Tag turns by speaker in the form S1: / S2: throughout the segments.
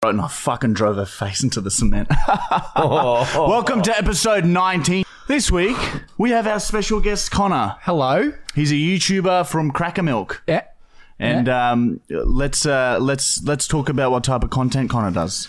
S1: throat and I fucking drove her face into the cement. Welcome to episode 19. This week, we have our special guest, Connor.
S2: Hello.
S1: He's a YouTuber from Cracker Milk.
S2: Yeah.
S1: And um, let's uh, let's let's talk about what type of content Connor does.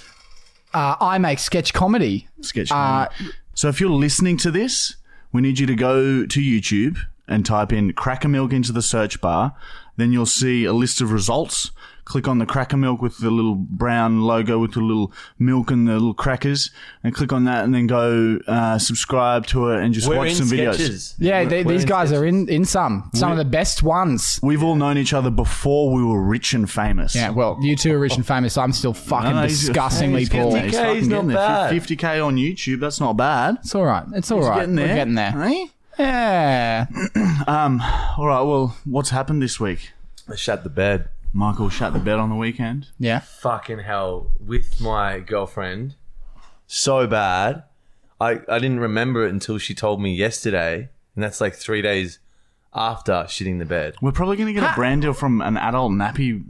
S2: Uh, I make sketch comedy.
S1: Sketch
S2: Uh,
S1: comedy. so if you're listening to this, we need you to go to YouTube and type in Cracker Milk into the search bar. Then you'll see a list of results. Click on the Cracker Milk with the little brown logo with the little milk and the little crackers, and click on that, and then go uh, subscribe to it and just
S3: We're
S1: watch
S3: in
S1: some videos.
S3: sketches.
S2: Yeah,
S3: We're-
S2: they,
S3: we're
S2: these
S3: in
S2: guys
S3: sketches.
S2: are in, in some. Some of the best ones.
S1: We've all known each other before we were rich and famous.
S2: Yeah, well, you two are rich and famous. I'm still fucking
S1: No, no, he's-
S2: disgustingly
S1: he's getting
S2: poor.
S1: there. He's
S3: K,
S1: fucking
S3: he's not
S1: getting there.
S3: bad.
S1: 50k on YouTube, that's not bad.
S2: It's all right. It's all right.
S1: Getting there.
S2: We're getting there.
S1: eh?
S2: Yeah.
S1: All right, well, what's happened this week?
S3: I shut the bed.
S1: Michael shut the bed on the weekend.
S2: Yeah.
S3: Fucking hell, with my girlfriend, so bad. I I didn't remember it until she told me yesterday, and that's like three days after shitting the bed.
S1: We're probably going to get a brand deal from an adult nappy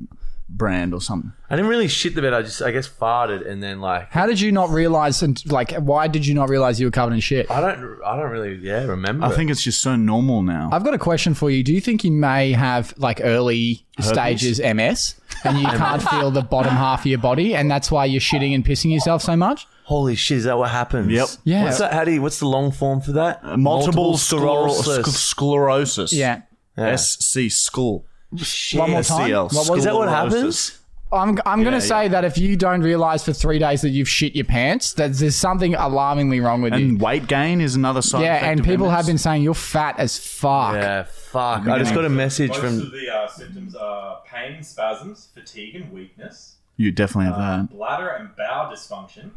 S1: brand or something.
S3: I didn't really shit the bed. I just I guess farted, and then like
S2: How did you not realize, and like, why did you not realize you were covered in shit?
S3: I don't I don't really yeah remember.
S1: I think it's just so normal now.
S2: I've got a question for you. Do you think you may have like early stages MS and you can't feel the bottom half of your body and that's why you're shitting and pissing yourself so much?
S3: Holy shit, is that what happens?
S1: Yep. Uh,
S2: Yeah.
S3: What's that? How do you, what's the long form for that?
S1: Multiple, sclerosis. sclerosis.
S2: Yeah.
S3: Yeah.
S1: SC skull.
S3: Shit.
S2: One more time.
S1: SCL.
S2: What was-
S3: Is that what
S1: sclerosis.
S2: I'm, I'm going to say
S1: yeah.
S2: that if you don't realize for three days that you've shit your pants, that there's something alarmingly wrong with you.
S1: And weight gain is another side
S2: Yeah,
S1: effect
S2: and
S1: of
S2: people
S1: MS.
S2: have been saying you're fat as fuck.
S3: Yeah. Fuck. I just got a message
S4: Most
S3: from
S4: of the uh, symptoms are pain, spasms, fatigue, and weakness,
S1: You definitely have
S4: uh,
S1: that.
S4: bladder and bowel dysfunction,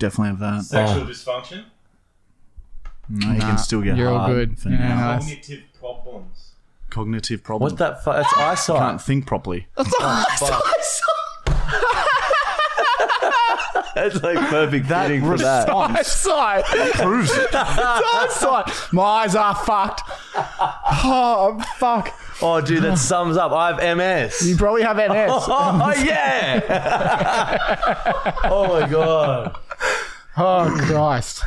S1: Definitely have that.
S4: sexual dysfunction,
S1: No, you can still get
S2: You're all
S1: hard
S2: good.
S1: for
S2: Yeah,
S1: now.
S2: nice.
S4: cognitive problems.
S1: Cognitive problems.
S3: What that? Fu- that's
S1: Can't
S3: eyesight.
S1: think properly.
S3: That's like perfect fitting for that.
S2: My side,
S1: Proves it.
S2: my side, my eyes are fucked. Oh fuck!
S3: Oh, dude, that sums up. I have
S2: You
S3: MS.
S2: probably have NS.
S3: Oh yeah. oh my god.
S2: Oh Christ!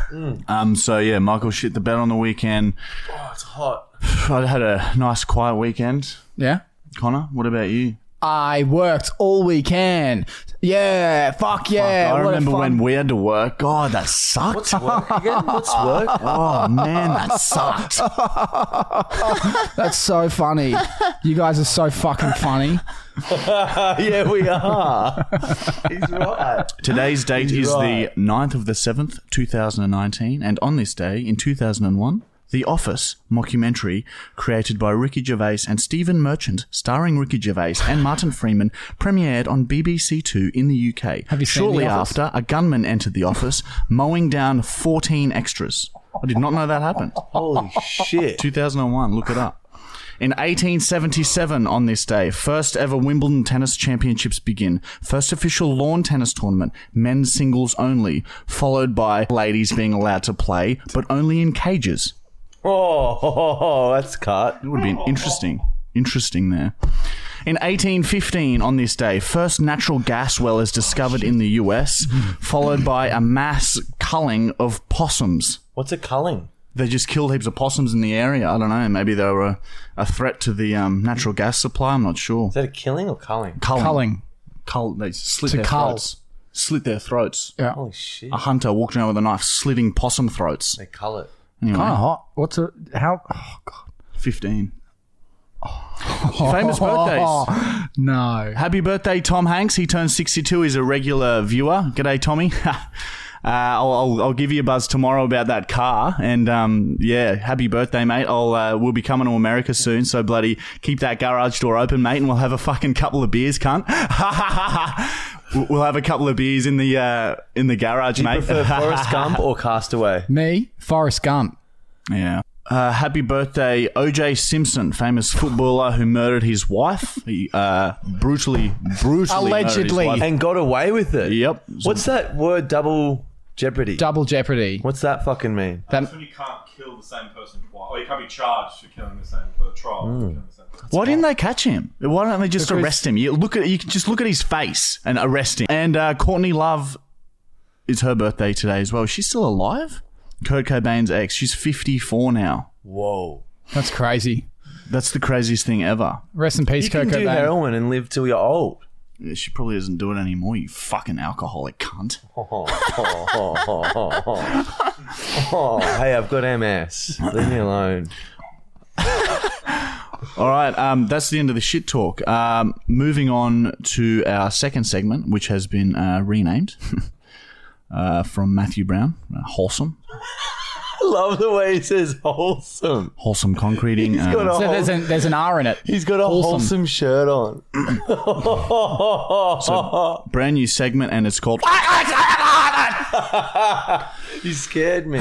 S1: Um, so yeah, Michael shit the bed on the weekend.
S3: Oh, it's hot.
S1: I had a nice quiet weekend.
S2: Yeah,
S1: Connor, what about you?
S2: I worked all weekend. Yeah, fuck yeah!
S1: I
S2: what a
S1: remember
S2: fun-
S1: when we had to work. God, that sucked.
S3: What's work again? What's work?
S1: oh man, that sucked.
S2: That's so funny. you guys are so fucking funny.
S3: yeah, we are. He's right.
S1: Today's date is
S3: right.
S1: the 9th of the 7th, 2019, and on this day in 2001, The Office mockumentary created by Ricky Gervais and Stephen Merchant, starring Ricky Gervais and Martin Freeman, premiered on BBC Two in the UK.
S2: Have you seen
S1: Shortly
S2: The Office?
S1: after, a gunman entered the office, mowing down 14 extras. I did not know that happened.
S3: Holy shit.
S1: 2001. Look it up. In 1877, on this day, first ever Wimbledon tennis championships begin. First official lawn tennis tournament, men's singles only, followed by ladies being allowed to play, but only in cages.
S3: Oh, that's cut.
S1: It would have been interesting. Interesting there. In 1815, on this day, first natural gas well is discovered in the US, followed by a mass culling of possums.
S3: What's a culling?
S1: they just killed heaps of possums in the area. I don't know. Maybe they were a, a threat to the um, natural gas supply. I'm not sure.
S3: Is that a killing or culling?
S1: Culling.
S2: Culling.
S1: Cull- they slit
S2: To
S1: their
S2: cull.
S1: throats. Slit their throats.
S2: Yeah,
S3: Holy shit.
S1: A hunter walked around with a knife slitting possum throats.
S3: They cull it.
S2: kind of hot. What's a how? Oh god.
S1: 15. Famous birthdays.
S2: Oh. No.
S1: Happy birthday, Tom Hanks. He turned 62. He's a regular viewer. G'day, Tommy. uh, I'll, I'll, I'll give you a buzz tomorrow about that car. And um, yeah, happy birthday, mate. I'll, uh, we'll be coming to America soon. So bloody keep that garage door open, mate. And we'll have a fucking couple of beers, cunt. We'll- we'll have a couple of beers in the uh, in the garage,
S3: Do you
S1: mate.
S3: prefer Forrest Gump or Castaway?
S2: Me, Forrest Gump.
S1: Yeah. Uh, happy birthday, OJ Simpson, famous footballer who murdered his wife. He uh, brutally, brutally murdered his
S2: Allegedly.
S1: wife.
S3: And got away with it.
S1: Yep.
S3: What's that word double Jeopardy.
S2: Double jeopardy.
S3: What's that fucking mean?
S2: Um,
S4: That's when you can't kill the same person twice, or you can't be charged for killing the same person, trial for killing the same person.
S1: Why didn't they catch him? Why don't they just
S2: Because-
S1: arrest him? You look at you can just look at his face and arrest him. And uh, Courtney Love, it's her birthday today as well. She's still alive. Kurt Cobain's ex. She's fifty four now.
S3: Whoa.
S2: That's crazy.
S1: That's the craziest thing ever.
S2: Rest in peace,
S3: You can
S2: Coco
S3: do
S2: Bain.
S3: heroin and live till you're old.
S1: Yeah, She probably doesn't do it anymore. You fucking alcoholic cunt.
S3: Oh, oh, oh, oh, oh, oh. Oh, hey, I've got MS. Leave me alone.
S1: All right, um, that's the end of the shit talk. Um, moving on to our second segment, which has been uh, renamed uh, from Matthew Brown, uh, wholesome,
S3: I love the way he says wholesome.
S1: wholesome concreting. uh,
S3: got a-
S2: So there's an, there's an R in it.
S3: He's got a
S2: Wholesome.
S3: wholesome, shirt on.
S1: brand new segment, and it's called.
S3: you scared me.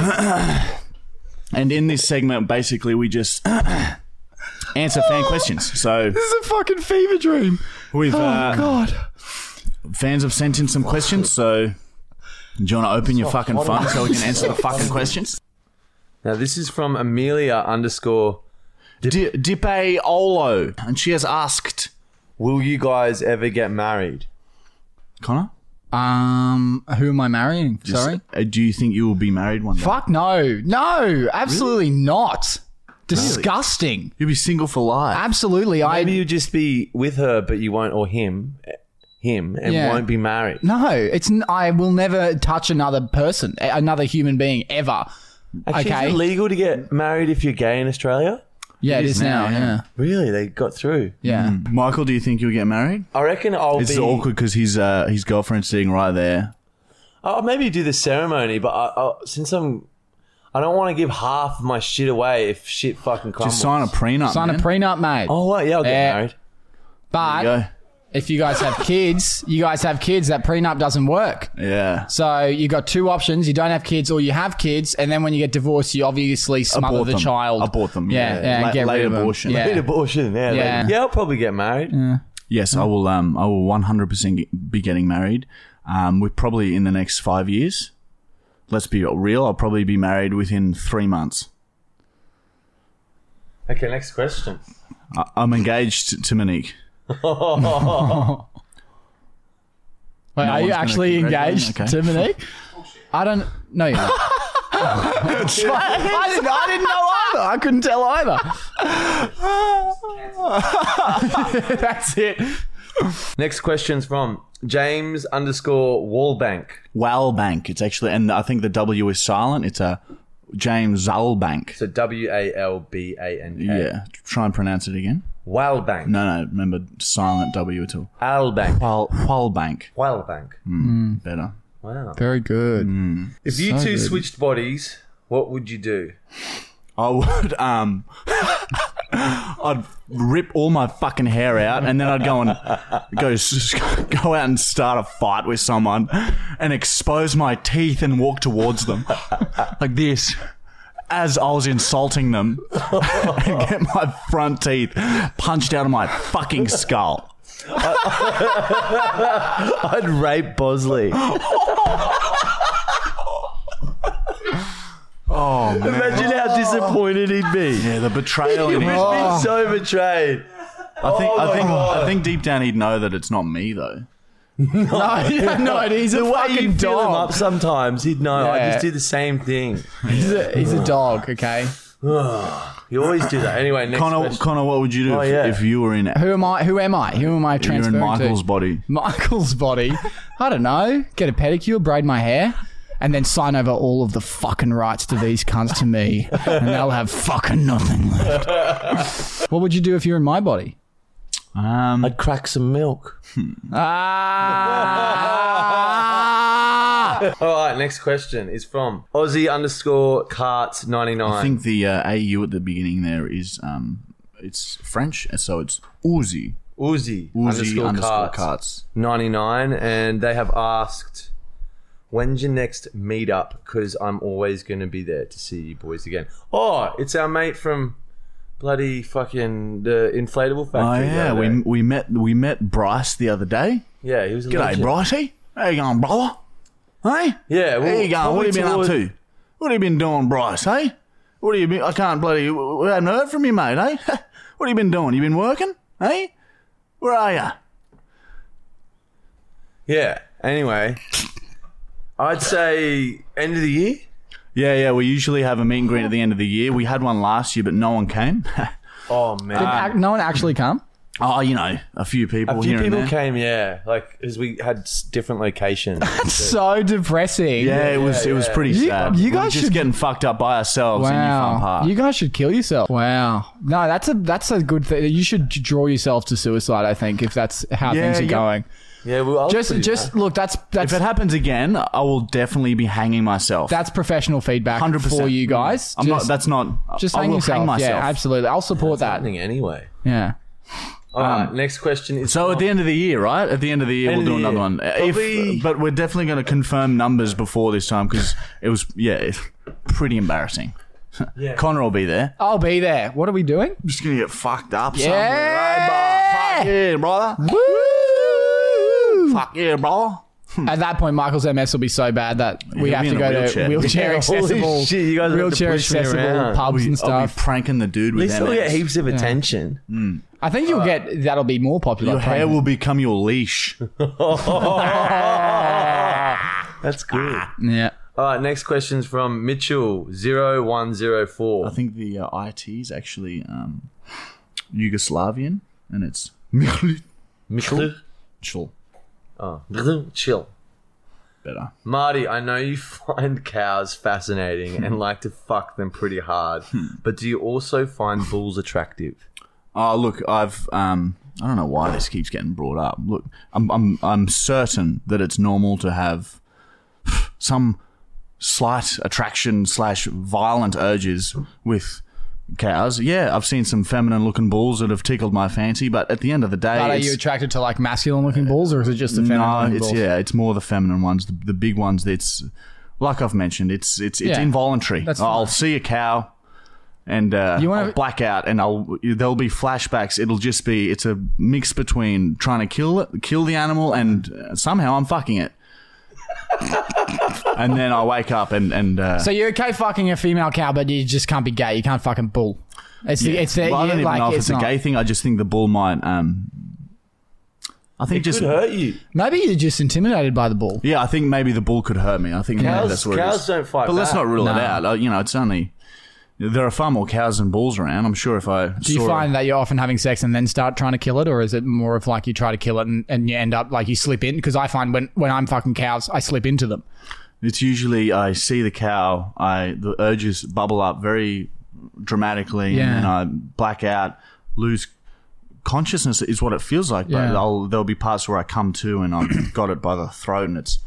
S1: And in this segment, basically, we just answer fan questions. So
S2: It's a fucking fever dream.
S1: we've uh,
S2: Oh, God.
S1: fans have sent in some questions. So do you want to open your fucking phone so we can answer the fucking questions?
S3: Now, this is from Amelia underscore
S1: Di- Dipe Olo, and she has asked
S3: Will you guys ever get married?
S1: Connor.
S2: Um, who am I marrying?
S1: Just-
S2: Sorry.
S1: uh, do you think you will be married one day?
S2: Fuck no, no, absolutely not. Disgusting.
S1: You'll be single for life.
S2: Absolutely, I
S3: Maybe you'll just be with her, but you won't, or him, eh, him, and
S2: Yeah.
S3: won't be married.
S2: no. It's n- I will never touch another person, a- another human being ever.
S3: Actually,
S2: okay.
S3: Is it legal to get married if you're gay in Australia?
S2: Yeah, it is, now.
S1: now, yeah. Hmm.
S3: Really? They got through.
S2: Yeah, yeah.
S1: Michael, do you think you'll get married?
S3: I reckon I'll
S1: It's
S3: be.
S1: awkward because his uh, his girlfriend's sitting right there.
S3: I'll maybe do the ceremony, but I, I, since I'm, I don't want to give half of my shit away if shit fucking crumbles.
S1: Just sign a prenup.
S2: Sign a
S1: man.
S2: prenup, mate.
S3: Oh, what? Yeah, I'll get
S2: Yeah.
S3: married.
S2: but
S1: Go.
S2: if you guys have kids, you guys have kids. That prenup doesn't work.
S1: Yeah.
S2: So you got two options: you don't have kids, or you have kids, and then when you get divorced, you obviously smother
S1: Abort
S2: the
S1: them.
S2: child.
S1: Abort them,
S2: Yeah,
S1: yeah.
S2: yeah. and
S1: Late-
S2: get
S1: late
S2: rid of them.
S1: abortion.
S2: Yeah.
S3: Need abortion. Yeah,
S2: Yeah.
S3: like- yeah, I'll probably get married.
S1: Yes, I will. Um, I will one hundred percent be getting married. Um, we're probably in the next five years. Let's be real. I'll probably be married within three months.
S3: Okay, next question.
S1: I- I'm engaged to Monique.
S2: Wait, are
S1: one's
S2: you
S1: gonna
S2: actually
S1: congratulate me?
S2: engaged
S1: Okay.
S2: to Monique? I don't. No, you're not. I, didn't, I didn't know either. I couldn't tell either. That's it.
S3: Next question's from James underscore Wallbank.
S1: Wallbank. It's actually, and I think the W is silent. It's a James Zalbank.
S3: So W A L B A N K.
S1: Yeah. Try and pronounce it again.
S3: Wallbank.
S1: No, no. Remember, silent W at all.
S3: Albank.
S1: Wall Wallbank.
S3: Wallbank.
S1: Better.
S3: Wow.
S2: Very good.
S1: Mm.
S3: If you two switched bodies, what would you do?
S1: I would um I'd rip all my fucking hair out and then I'd go and go s- go out and start a fight with someone and expose my teeth and walk towards them like this as I was insulting them and get my front teeth punched out of my fucking skull.
S3: I'd rape Bosley.
S1: Oh man.
S3: Imagine how disappointed he'd be.
S1: Yeah, the betrayal in his
S3: He's been so
S1: Oh.
S3: betrayed.
S1: I think I
S3: my
S1: think
S3: Oh, God.
S1: I think deep down he'd know that it's not me though.
S2: No, you don't know it. He's a
S3: Why
S2: fucking
S3: you fill him
S2: dog.
S3: up sometimes? He'd know. I
S2: Yeah.
S3: just do the same thing.
S2: He's a, he's a dog. Okay.
S3: You always do that. Anyway, next
S1: Connor,
S3: question.
S1: Connor, what would you do
S3: Oh,
S1: if,
S3: yeah.
S1: if you were in if
S2: Who am I? Who am I? Who am I
S1: you were
S2: transferring
S1: in Michael's
S2: to?
S1: body?
S2: Michael's body. I don't know. Get a pedicure, braid my hair, and then sign over all of the fucking rights to these cunts to me, and they'll have fucking nothing left. what would you do if you're in my body?
S1: Um,
S3: I'd crack some milk.
S1: Hmm.
S2: Ah!
S3: All right, next question is from Aussie underscore carts ninety
S1: I
S3: nine.
S1: think the uh, AU at the beginning there is um, it's French, uh, so it's Uzi.
S3: Uzi,
S1: Uzi underscore
S3: carts.
S1: carts.
S3: 99 and they have asked when's your next meetup because i'm always going to be there to see you boys again oh it's our mate from bloody fucking the inflatable
S1: Oh
S3: factory
S1: yeah,
S3: the other
S1: we,
S3: day.
S1: we met we met Bryce the other day.
S3: yeah he was a
S1: G'day,
S3: legend.
S1: Brycey. How you going, brother? Hey?
S3: Yeah, well,
S1: Where you going? What
S3: probably
S1: have you been up
S3: toward-
S1: to? What have you been doing, Bryce, hey? What have you been... I can't bloody... We haven't heard from you, mate, hey? what have you been doing? You been working, hey? Where are you?
S3: Yeah. Anyway, I'd say end of the year.
S1: Yeah, yeah, we usually have a meet and greet at the end of the year. We had one last year, but no one came.
S3: Oh man.
S1: Uh,
S2: Ac- no one actually come.
S1: oh, you know, a few people
S3: a few
S1: here and
S3: people
S1: there.
S3: came, yeah. Like, because we had s- different locations.
S2: So depressing.
S1: Yeah, it was it was
S3: yeah.
S1: pretty
S2: You-
S1: sad.
S2: you
S1: We were
S2: guys
S1: just
S2: should-
S1: getting fucked up by ourselves in Newfound
S2: Wow.
S1: Park.
S2: You guys should kill yourself. Wow. No, that's a that's a good thing. You should draw yourself to suicide. I think if that's how
S1: Yeah,
S2: things are
S1: yeah.
S2: going.
S3: yeah, well, I was
S2: Just
S3: pretty
S2: just look. That's that's
S1: if it happens again, I will definitely be hanging myself.
S2: that's professional feedback
S1: 100%.
S2: for you guys.
S1: I'm not.
S2: just,
S1: That's not.
S2: just
S1: I
S2: hang
S1: will
S2: yourself.
S1: hang myself.
S2: Yeah, absolutely. I'll support that.
S3: happening anyway.
S2: Yeah.
S3: All right, next question is.
S1: Um, So at the end of the year, right? At the end of the year,
S3: End
S1: we'll do
S3: of the
S1: another
S3: year.
S1: one.
S3: Probably-
S1: If, but we're definitely going to confirm numbers before this time because it was yeah, it's pretty embarrassing. Connor will be there.
S2: I'll be there. What are we doing?
S1: I'm just going to get fucked up.
S2: Yeah.
S1: Somewhere, right, bro? Fuck yeah, brother.
S2: Woo!
S1: Fuck yeah, brother.
S2: At that point, Michael's MS will be so bad that we
S1: He'll
S2: have
S1: be
S2: to
S1: in
S2: go
S1: a
S2: to
S1: wheelchair.
S2: wheelchair
S3: Yeah, holy
S2: accessible,
S3: shit, you guys have to
S2: wheelchair
S3: push me
S2: accessible
S3: around.
S2: pubs and
S1: I'll be
S2: stuff.
S1: pranking the dude
S3: At
S1: with
S3: least
S1: that.
S3: I'll get heaps of attention.
S2: I think you'll get that'll be more popular.
S1: uh, Your hair
S2: probably.
S1: will become your leash.
S3: That's good.
S2: yeah.
S3: All right, next question's from Mitchell0104.
S1: I think the uh, IT is actually um, Yugoslavian, and it's Michlichel.
S3: Mitchell. Oh, chill.
S1: Better.
S3: Marty, I know you find cows fascinating and like to fuck them pretty hard, but do you also find bulls attractive?
S1: Oh, look, I've um, I don't know why this keeps getting brought up. Look, I'm I'm I'm certain that it's normal to have some slight attraction slash violent urges with cows. Yeah, I've seen some feminine looking bulls that have tickled my fancy, but at the end of the day,
S2: But are
S1: it's-
S2: you attracted to like masculine looking bulls, or is it just the feminine
S1: No,
S2: looking
S1: it's
S2: bulls?
S1: yeah, it's more the feminine ones, the, the big ones. That's like I've mentioned, it's it's it's
S2: Yeah.
S1: involuntary.
S2: That's
S1: I'll
S2: fine.
S1: see a cow, and uh,
S2: You wanna-
S1: I'll black out, and I'll there'll be flashbacks. It'll just be it's a mix between trying to kill kill the animal and uh, somehow I'm fucking it, and then I wake up and and uh,
S2: So you're okay fucking a female cow, but you just can't be gay. You can't fucking bull. It's the, it's the,
S1: well, I don't
S2: you-
S1: even
S2: like,
S1: know if
S2: it's
S1: it's, a
S2: not.
S1: gay thing. I just think the bull might. Um, I think just
S3: Could hurt you.
S2: Maybe you're just intimidated by the bull.
S1: yeah, I think maybe the bull could hurt me. I think maybe
S3: Cows,
S1: that's what it is.
S3: cows don't fight
S1: But let's
S3: back.
S1: not rule it
S2: No.
S1: out. Uh, You know, it's only there are far more cows than bulls around. I'm sure if I
S2: Do you
S1: saw
S2: find that you're often having sex and then start trying to kill it, or is it more of like you try to kill it and, and you end up like you slip in? Because I find when, when I'm fucking cows, I slip into them.
S1: it's usually I see the cow, I the urges bubble up very dramatically,
S2: Yeah.
S1: and then I black out, lose consciousness is what it feels like. But
S2: Yeah.
S1: I'll, there'll be parts where I come to and I've got it by the throat, and its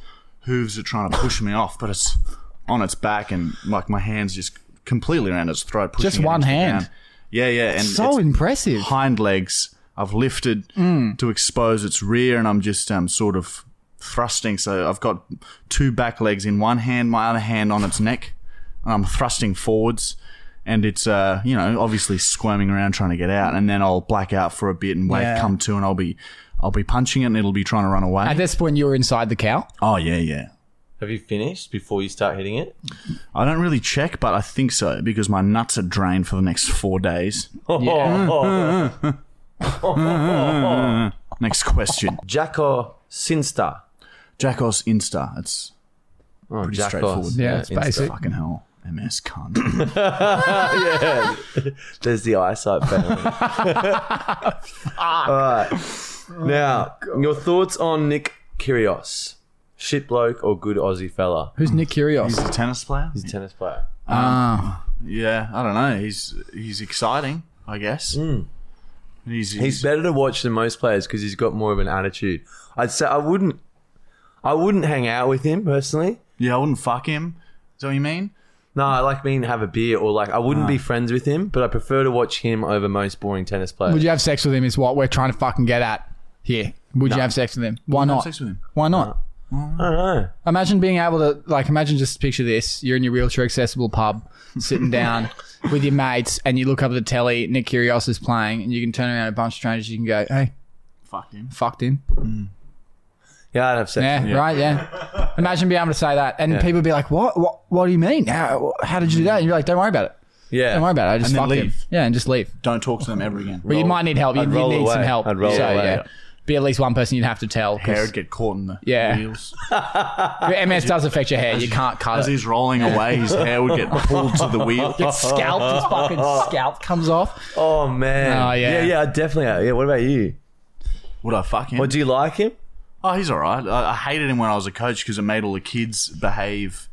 S1: hooves are trying to push me off, but it's on its back, and like my hands just completely around its throat, pushing
S2: Just
S1: it
S2: one
S1: into the
S2: hand.
S1: ground. Yeah, yeah, and
S2: So
S1: it's-
S2: impressive.
S1: hind legs I've lifted to expose its rear, and I'm just um, sort of thrusting. So I've got two back legs in one hand, my other hand on its neck, and I'm thrusting forwards. And it's uh, you know obviously squirming around trying to get out, and then I'll black out for a bit and wake
S2: Yeah.
S1: come to, and I'll be I'll be punching it, and it'll be trying to run away.
S2: At this point, you're inside the cow.
S1: oh yeah, yeah.
S3: Have you finished before you start hitting it?
S1: I don't really check, but I think so because my nuts are drained for the next four days. Next question,
S3: Jacko Sinsta.
S1: Jackos Insta. It's
S3: Oh,
S1: Pretty
S3: Jackos.
S1: straightforward.
S2: Yeah, it's
S3: Insta.
S2: basic.
S1: fucking hell, MS cunt.
S3: There's the eyesight family. All right.
S2: Oh
S3: Now, your thoughts on Nick Kyrgios? Shit bloke or good Aussie fella?
S2: Who's Nick
S1: He's
S2: Curios?
S1: a tennis player.
S3: He's a tennis player.
S2: Ah,
S1: Yeah, I don't know. He's he's exciting, I guess.
S2: Hmm.
S1: He's,
S3: He's
S1: he's-
S3: better to watch than most players because he's got more of an attitude. I'd say I wouldn't, I wouldn't hang out with him personally.
S1: yeah. I wouldn't fuck him. Is that what you mean?
S3: No, I like mean have a beer or like I wouldn't
S2: Ah.
S3: be friends with him, but I prefer to watch him over most boring tennis players.
S2: would you have sex with him? Is what we're trying to fucking get at here. Would you have sex with him? Why
S1: Have
S2: not?
S1: sex with him.
S2: Why not?
S3: I don't know.
S2: Imagine being able to like imagine just picture this. You're in your wheelchair accessible pub, sitting down with your mates, and you look up at the telly, Nick Kyrgios is playing, and you can turn around a bunch of strangers, you can go, Hey,
S1: Fuck him.
S2: fucked him.
S3: Yeah, I'd have sex.
S2: Yeah, right, yeah. Imagine being able to say that, and people would be like, "What? What? What do you mean? How, how did you do that?" And you're like, "Don't worry about it.
S3: Yeah.
S2: Don't worry about it. I just
S1: And then
S2: fucked him.
S1: leave.
S2: Yeah, and just leave."
S1: Don't talk to them ever again.
S2: But you might need help. You'd,
S3: I'd
S2: you'd
S3: roll
S2: need some
S3: away.
S2: help.
S3: I'd roll
S2: so,
S3: away.
S2: Yeah. Be at least one person you'd have to tell. 'cause
S1: Hair would get caught in the
S2: Yeah.
S1: wheels.
S2: MS does affect your hair. You can't
S1: As
S2: cut it.
S1: he's rolling away, his hair would get pulled to the wheel.
S2: Gets scalped. His fucking scalp comes off.
S3: Oh man.
S2: Oh, yeah.
S3: Yeah, yeah, I definitely. Yeah. What about you?
S1: Would I fuck him?
S3: Or do you like him?
S1: Oh, he's all right. I, I hated him when I was a coach because it made all the kids behave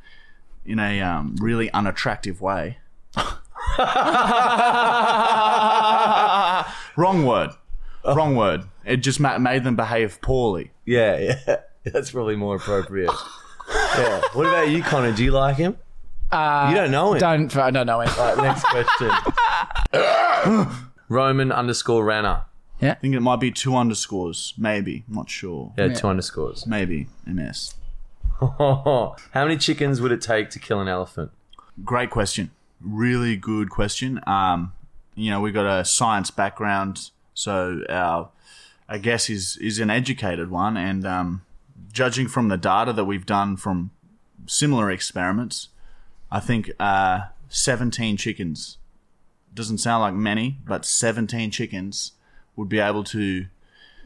S1: in a um, really unattractive way. Wrong word. Wrong word. It just ma- made them behave poorly.
S3: Yeah, yeah. That's probably more appropriate. yeah. What about you, Connor? Do you like him?
S2: Uh,
S3: You don't know him.
S2: Don't. I don't know him.
S3: All right, next question. Roman underscore Rana.
S1: I think it might be two underscores. Maybe. I'm not sure.
S3: Yeah, two underscores.
S1: Maybe. MS.
S3: How many chickens would it take to kill an elephant?
S1: Great question. Really good question. Um, you know, we've got a science background, so our, I guess, is is an educated one. And um, judging from the data that we've done from similar experiments, I think uh, 17 chickens doesn't sound like many, but 17 chickens would be able to.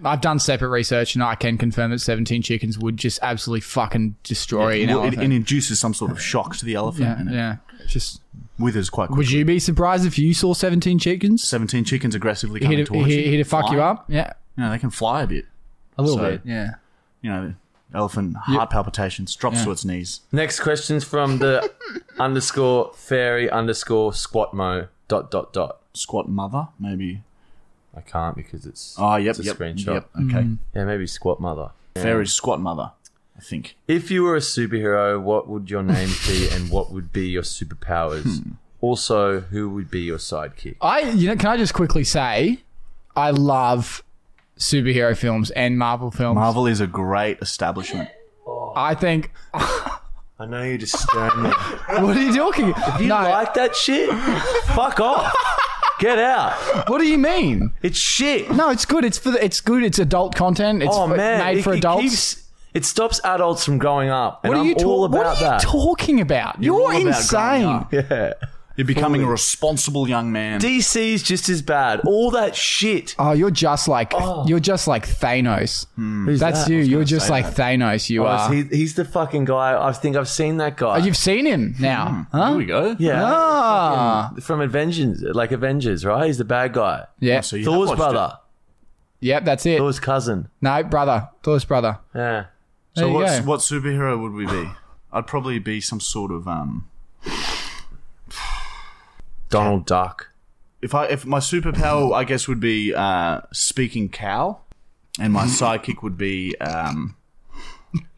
S2: I've done separate research, and I can confirm that 17 chickens would just absolutely fucking destroy an
S1: well, it,
S2: elephant.
S1: it induces some sort of shock to the elephant,
S2: yeah,
S1: and it
S2: yeah. Just.
S1: withers quite quickly.
S2: Would you be surprised if you saw 17 chickens?
S1: 17 chickens aggressively coming
S2: He'd,
S1: towards
S2: he'd,
S1: you.
S2: he'd fuck you
S1: Fly.
S2: up. Yeah.
S1: You know, they can fly a bit.
S2: A little
S1: So-
S2: bit. Yeah.
S1: you know, elephant heart palpitations drops to its knees.
S3: Next question's from the underscore fairy underscore squatmo dot dot dot.
S1: Squat mother, maybe.
S3: I can't because it's
S1: Oh, yep,
S3: it's a
S1: yep,
S3: screenshot.
S1: yep. Okay,
S2: Mm.
S3: Yeah, maybe squat mother.
S1: fairy squat mother, I think.
S3: If you were a superhero, what would your name be, and what would be your superpowers? Also, who would be your sidekick?
S2: I you know can I just quickly say I love superhero films and Marvel films.
S1: Marvel is a great establishment.
S2: I think
S3: I know you're just staring. me.
S2: what are you talking?
S3: You
S2: no,
S3: like that shit? Fuck off. Get out.
S2: what do you mean?
S3: It's shit.
S2: No, it's good. It's for the, it's good. It's adult content. It's
S3: Oh
S2: for-
S3: man,
S2: made
S3: it,
S2: for
S3: it
S2: adults.
S3: keeps- it stops adults from growing up, and
S2: what are
S3: I'm
S2: you ta-
S3: all
S2: What
S3: about
S2: are you
S3: that.
S2: talking about? You're,
S1: all about growing
S2: insane.
S1: up.
S3: yeah.
S1: You're becoming a responsible young man.
S3: DC's just as bad. All that shit.
S2: Oh, you're just like
S3: Oh.
S2: you're just like Thanos.
S3: Hmm.
S2: That's you. You're just like Thanos. You
S3: Oh,
S2: are.
S3: he, he's the fucking guy. I think I've seen that guy.
S2: Oh, you've seen him now,
S3: Hmm.
S2: huh?
S1: Here we go.
S3: yeah.
S2: Ah,
S3: From Avengers, like Avengers, right? He's the bad guy.
S2: yeah,
S1: So you have
S3: Thor's
S1: watched
S3: brother.
S2: yep, that's it.
S3: Thor's cousin.
S2: No, brother, Thor's brother.
S3: Yeah.
S1: It. So
S2: There you
S1: what's,
S2: go.
S1: what superhero would we be? I'd probably be some sort of um.
S3: Donald Duck.
S1: If I if my superpower, I guess, would be uh, speaking cow, and my sidekick would be um,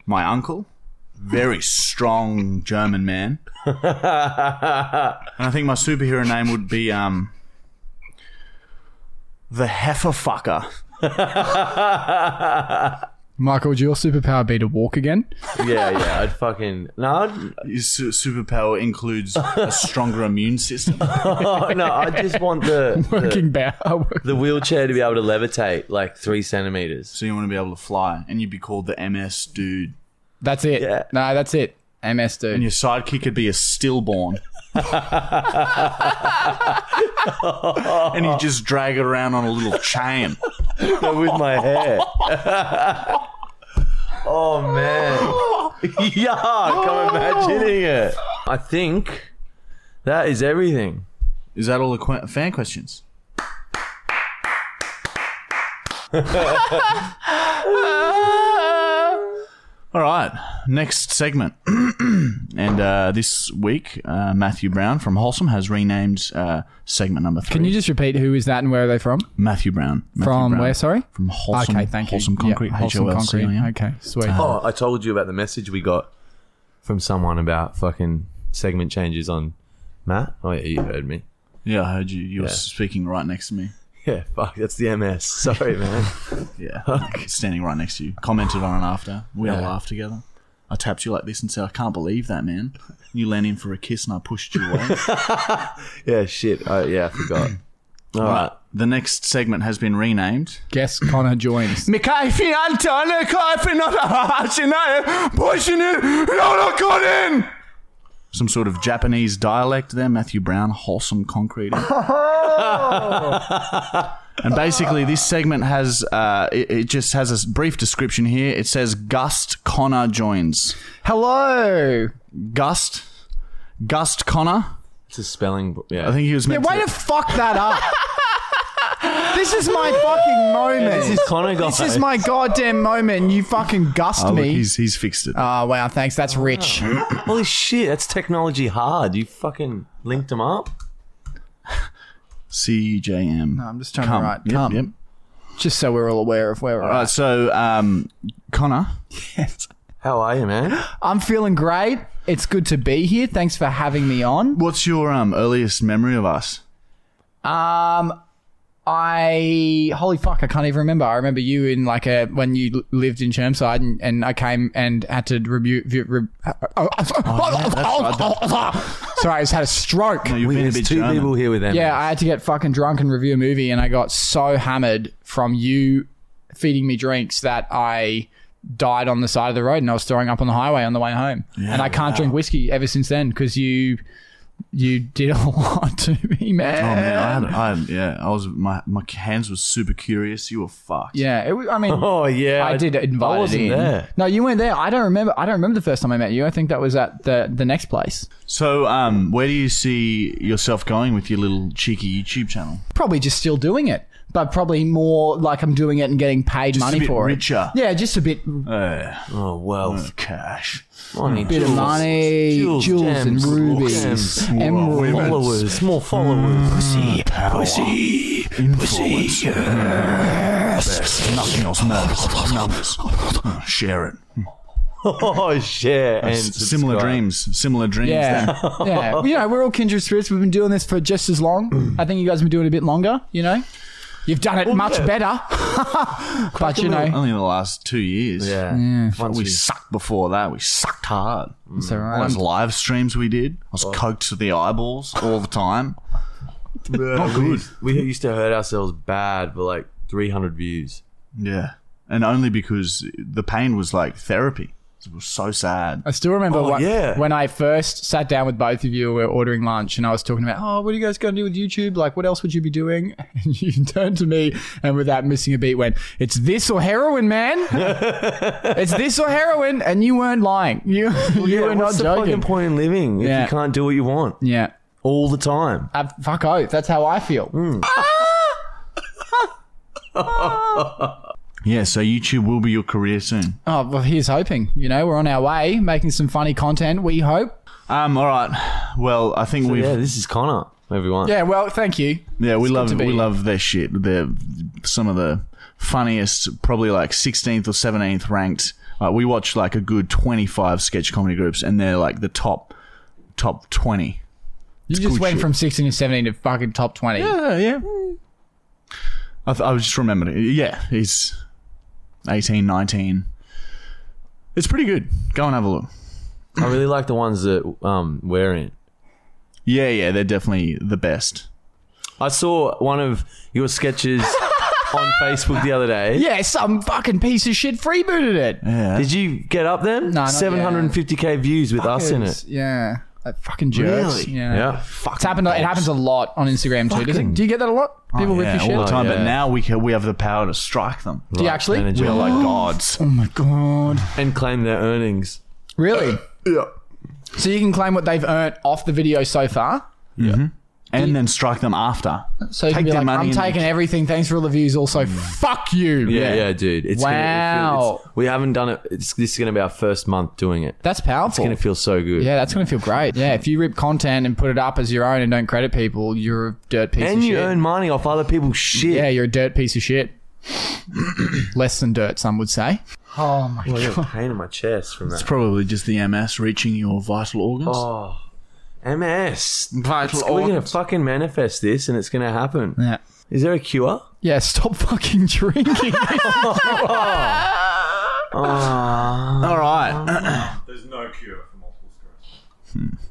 S1: my uncle, very strong German man. And I think my superhero name would be um the heifer fucker.
S2: Michael, would your superpower be to walk again?
S3: Yeah, yeah. I'd fucking no, I'd,
S1: His su- superpower includes a stronger immune system.
S3: oh, no. I just want the, the
S2: Working bear.
S3: the wheelchair to be able to levitate like three centimeters.
S1: So you want to be able to fly, and you'd be called the MS dude.
S2: That's it.
S3: Yeah.
S2: No, that's it. MS
S1: And
S2: dude.
S1: your sidekick would be a stillborn. and you just drag it around on a little chain.
S3: But with my hair. oh man. yeah, I'm imagining it. I think that is everything.
S1: Is that all the qu- fan questions? all right, next segment. and uh, this week, uh, Matthew Brown from Wholesome has renamed uh, segment number three.
S2: Can you just repeat who is that and where are they from?
S1: Matthew Brown. Matthew
S2: From
S1: Brown.
S2: where? Sorry.
S1: From Wholesome.
S2: okay, thank you.
S1: Wholesome
S2: Yeah,
S1: Concrete.
S2: wholesome
S1: H-O-L-C-O-M.
S2: concrete. Okay, sweet.
S1: Uh,
S3: Oh, I told you about the message we got from someone about fucking segment changes on Matt. Oh yeah, you heard me.
S1: Yeah, I heard you. You were speaking right next to me.
S3: Yeah, fuck, that's the MS. Sorry, man.
S1: Yeah. Standing right next to you. Commented on it after. We all laughed together. I tapped you like this and said, I can't believe that, man. You leaned in for a kiss and I pushed you away.
S3: yeah, shit. Oh, yeah, I forgot. All right.
S1: the next segment has been renamed.
S2: Guess Connor joins.
S1: Mikai Fiantana Kaifinatashinaya Some sort of Japanese dialect there, Matthew Brown, wholesome concrete. and basically, this segment has uh, it, it just has a s- brief description here. It says Gust Connor joins.
S2: Hello.
S1: Gust, Gust Connor.
S3: It's a spelling book. Yeah.
S1: I think he was meant
S2: Way
S1: to.
S2: to fuck that up. this is my fucking moment.
S3: this is Connor guy.
S2: This is my goddamn moment. You fucking gust
S1: Oh, look,
S2: me.
S1: he's he's fixed it.
S2: Oh wow, thanks. That's rich.
S3: Holy shit, that's technology hard. You fucking linked them up.
S1: CJM. No,
S2: I'm just Um. trying
S1: come.
S2: to write.
S1: Um, Yep,
S2: Come.
S1: Yep.
S2: Just so we're all aware of where we're
S1: All
S2: at.
S1: right, so um, Connor.
S3: How are you, man?
S2: I'm feeling great. It's good to be here. Thanks for having me on.
S1: What's your um earliest memory of us?
S2: Um, I holy fuck, I can't even remember. I remember you in like a when you l- lived in Chermside, and, and I came and had to review. Re- re- uh, Sorry, I just had a stroke.
S1: You've
S3: We
S1: been a
S3: there's
S1: bit
S3: two
S1: German.
S3: people here with them.
S2: Yeah, I had to get fucking drunk and review a movie, and I got so hammered from you feeding me drinks that I died on the side of the road, and I was throwing up on the highway on the way home. and I can't drink whiskey ever since then because you you did a lot to me, man.
S1: Oh man, I had, I had, yeah, I was my my hands were super curious. You were fucked.
S2: yeah, it, was- I mean.
S3: Oh yeah,
S2: I did invite
S3: I wasn't
S2: it in.
S3: there.
S2: No, you weren't there. I don't remember. I don't remember the first time I met you. I think that was at the the next place.
S1: So um, where do you see yourself going with your little cheeky YouTube channel?
S2: Probably just still doing it, but probably more like I'm doing it and getting paid
S1: Just
S2: money
S1: a bit
S2: for
S1: richer.
S2: it. Yeah, just a bit
S1: Uh,
S3: Oh wealth,
S1: cash.
S3: money,
S2: bit of
S3: jewels,
S2: money, jewels, and
S3: gems,
S2: rubies,
S3: gems, Mm.
S2: emeralds.
S3: followers, more followers.
S1: Pussy, Mm, influence. Yes. Nothing else matters. Numbers. Uh, Share it.
S3: Oh shit, and
S1: S- similar
S3: subscribe.
S1: dreams. Similar dreams.
S2: Yeah,
S1: then.
S2: yeah. You know, we're all kindred spirits. We've been doing this for just as long.
S3: Mm.
S2: I think you guys have been doing it a bit longer. You know, you've done it much better. but you know,
S1: Only in the last two years.
S3: Yeah, yeah.
S1: We sucked before that. We sucked hard.
S2: it's all
S1: All
S2: right.
S1: those live streams we did, I
S2: Oh.
S1: was coked to the eyeballs all the time. Not good.
S3: We used to hurt ourselves bad for like 300 views.
S1: Yeah. And only because the pain was like therapy. It was so sad.
S2: I still remember
S3: Oh,
S2: what-
S3: yeah.
S2: when I first sat down with both of you, we were ordering lunch, and I was talking about, oh, what are you guys going to do with YouTube? Like, what else would you be doing? And you turned to me, and without missing a beat, went, "It's this or heroin, man. it's this or heroin." And you weren't lying. You you were not
S3: what's the
S2: joking.
S3: fucking point in living
S2: Yeah.
S3: if you can't do what you want
S2: Yeah.
S3: all the time?
S2: Uh, fuck oath. That's how I feel.
S3: Hmm.
S1: Yeah, so YouTube will be your career soon.
S2: Oh, well, here's hoping. You know, we're on our way, making some funny content, we hope.
S1: Um, all right. Well, I think we've
S3: Yeah,
S1: yeah,
S3: this is Connor, everyone.
S2: Oh, Yeah, well, thank you.
S1: we love
S2: to be.
S1: we love their shit. They're some of the funniest, probably like sixteenth or seventeenth ranked. Uh, we watch like a good twenty five sketch comedy groups, and they're like the top top twenty.
S2: You just
S1: good
S2: went
S1: shit.
S2: from 16 to 17 to fucking top 20.
S1: Yeah, yeah. I, th- I was just remembering. it. Yeah, he's 18, 19. It's pretty good. Go and have a look.
S3: I really like the ones that um, we're in.
S1: Yeah, yeah, they're definitely the best.
S3: I saw one of your sketches on Facebook the other day.
S2: Yeah, some fucking piece of shit freebooted it.
S1: Yeah.
S3: Did you get up them?
S2: No, not yet.
S3: 750k views with us in it.
S2: Yeah. Like fucking jerks.
S1: Really?
S2: Yeah.
S3: Yeah.
S2: It's happened, it happens a lot on Instagram too. Does it, do you get that a lot? People rip
S1: yeah,
S2: your shit?
S1: all the time.
S3: Oh, yeah.
S1: But now we can, we have the power to strike them.
S2: do you actually?
S3: Manager.
S1: We are like gods.
S2: Oh my God.
S3: And claim their earnings.
S2: Really? yeah. So you can claim what they've earned off the video so far?
S1: And then strike them after.
S2: So you
S1: Take
S2: can be
S1: their
S2: like,
S1: money
S2: I'm
S1: and- Mm.
S2: taking everything. Thanks for all the views. Also, fuck you.
S3: Yeah, yeah, dude. It's gonna-
S2: Wow.
S3: it's- we haven't done it. It's, this is going to be our first month doing it.
S2: That's powerful.
S3: It's going to feel so good.
S2: yeah, that's going to feel great. Yeah, if you rip content and put it up as your own and don't credit people, you're a dirt piece
S3: And
S2: of
S3: you
S2: shit.
S3: earn money off other people's shit.
S2: yeah, you're a dirt piece of shit. Less than dirt, some would say. Oh my
S3: I got a pain in my chest from that.
S1: Probably just the MS reaching your vital organs.
S3: Oh, MS.
S1: vital
S3: We're going to fucking manifest this and it's going to happen.
S2: Yeah.
S3: Is there a cure?
S2: Yeah, stop fucking drinking.
S1: Uh, All right.
S4: There's no cure for multiple sclerosis.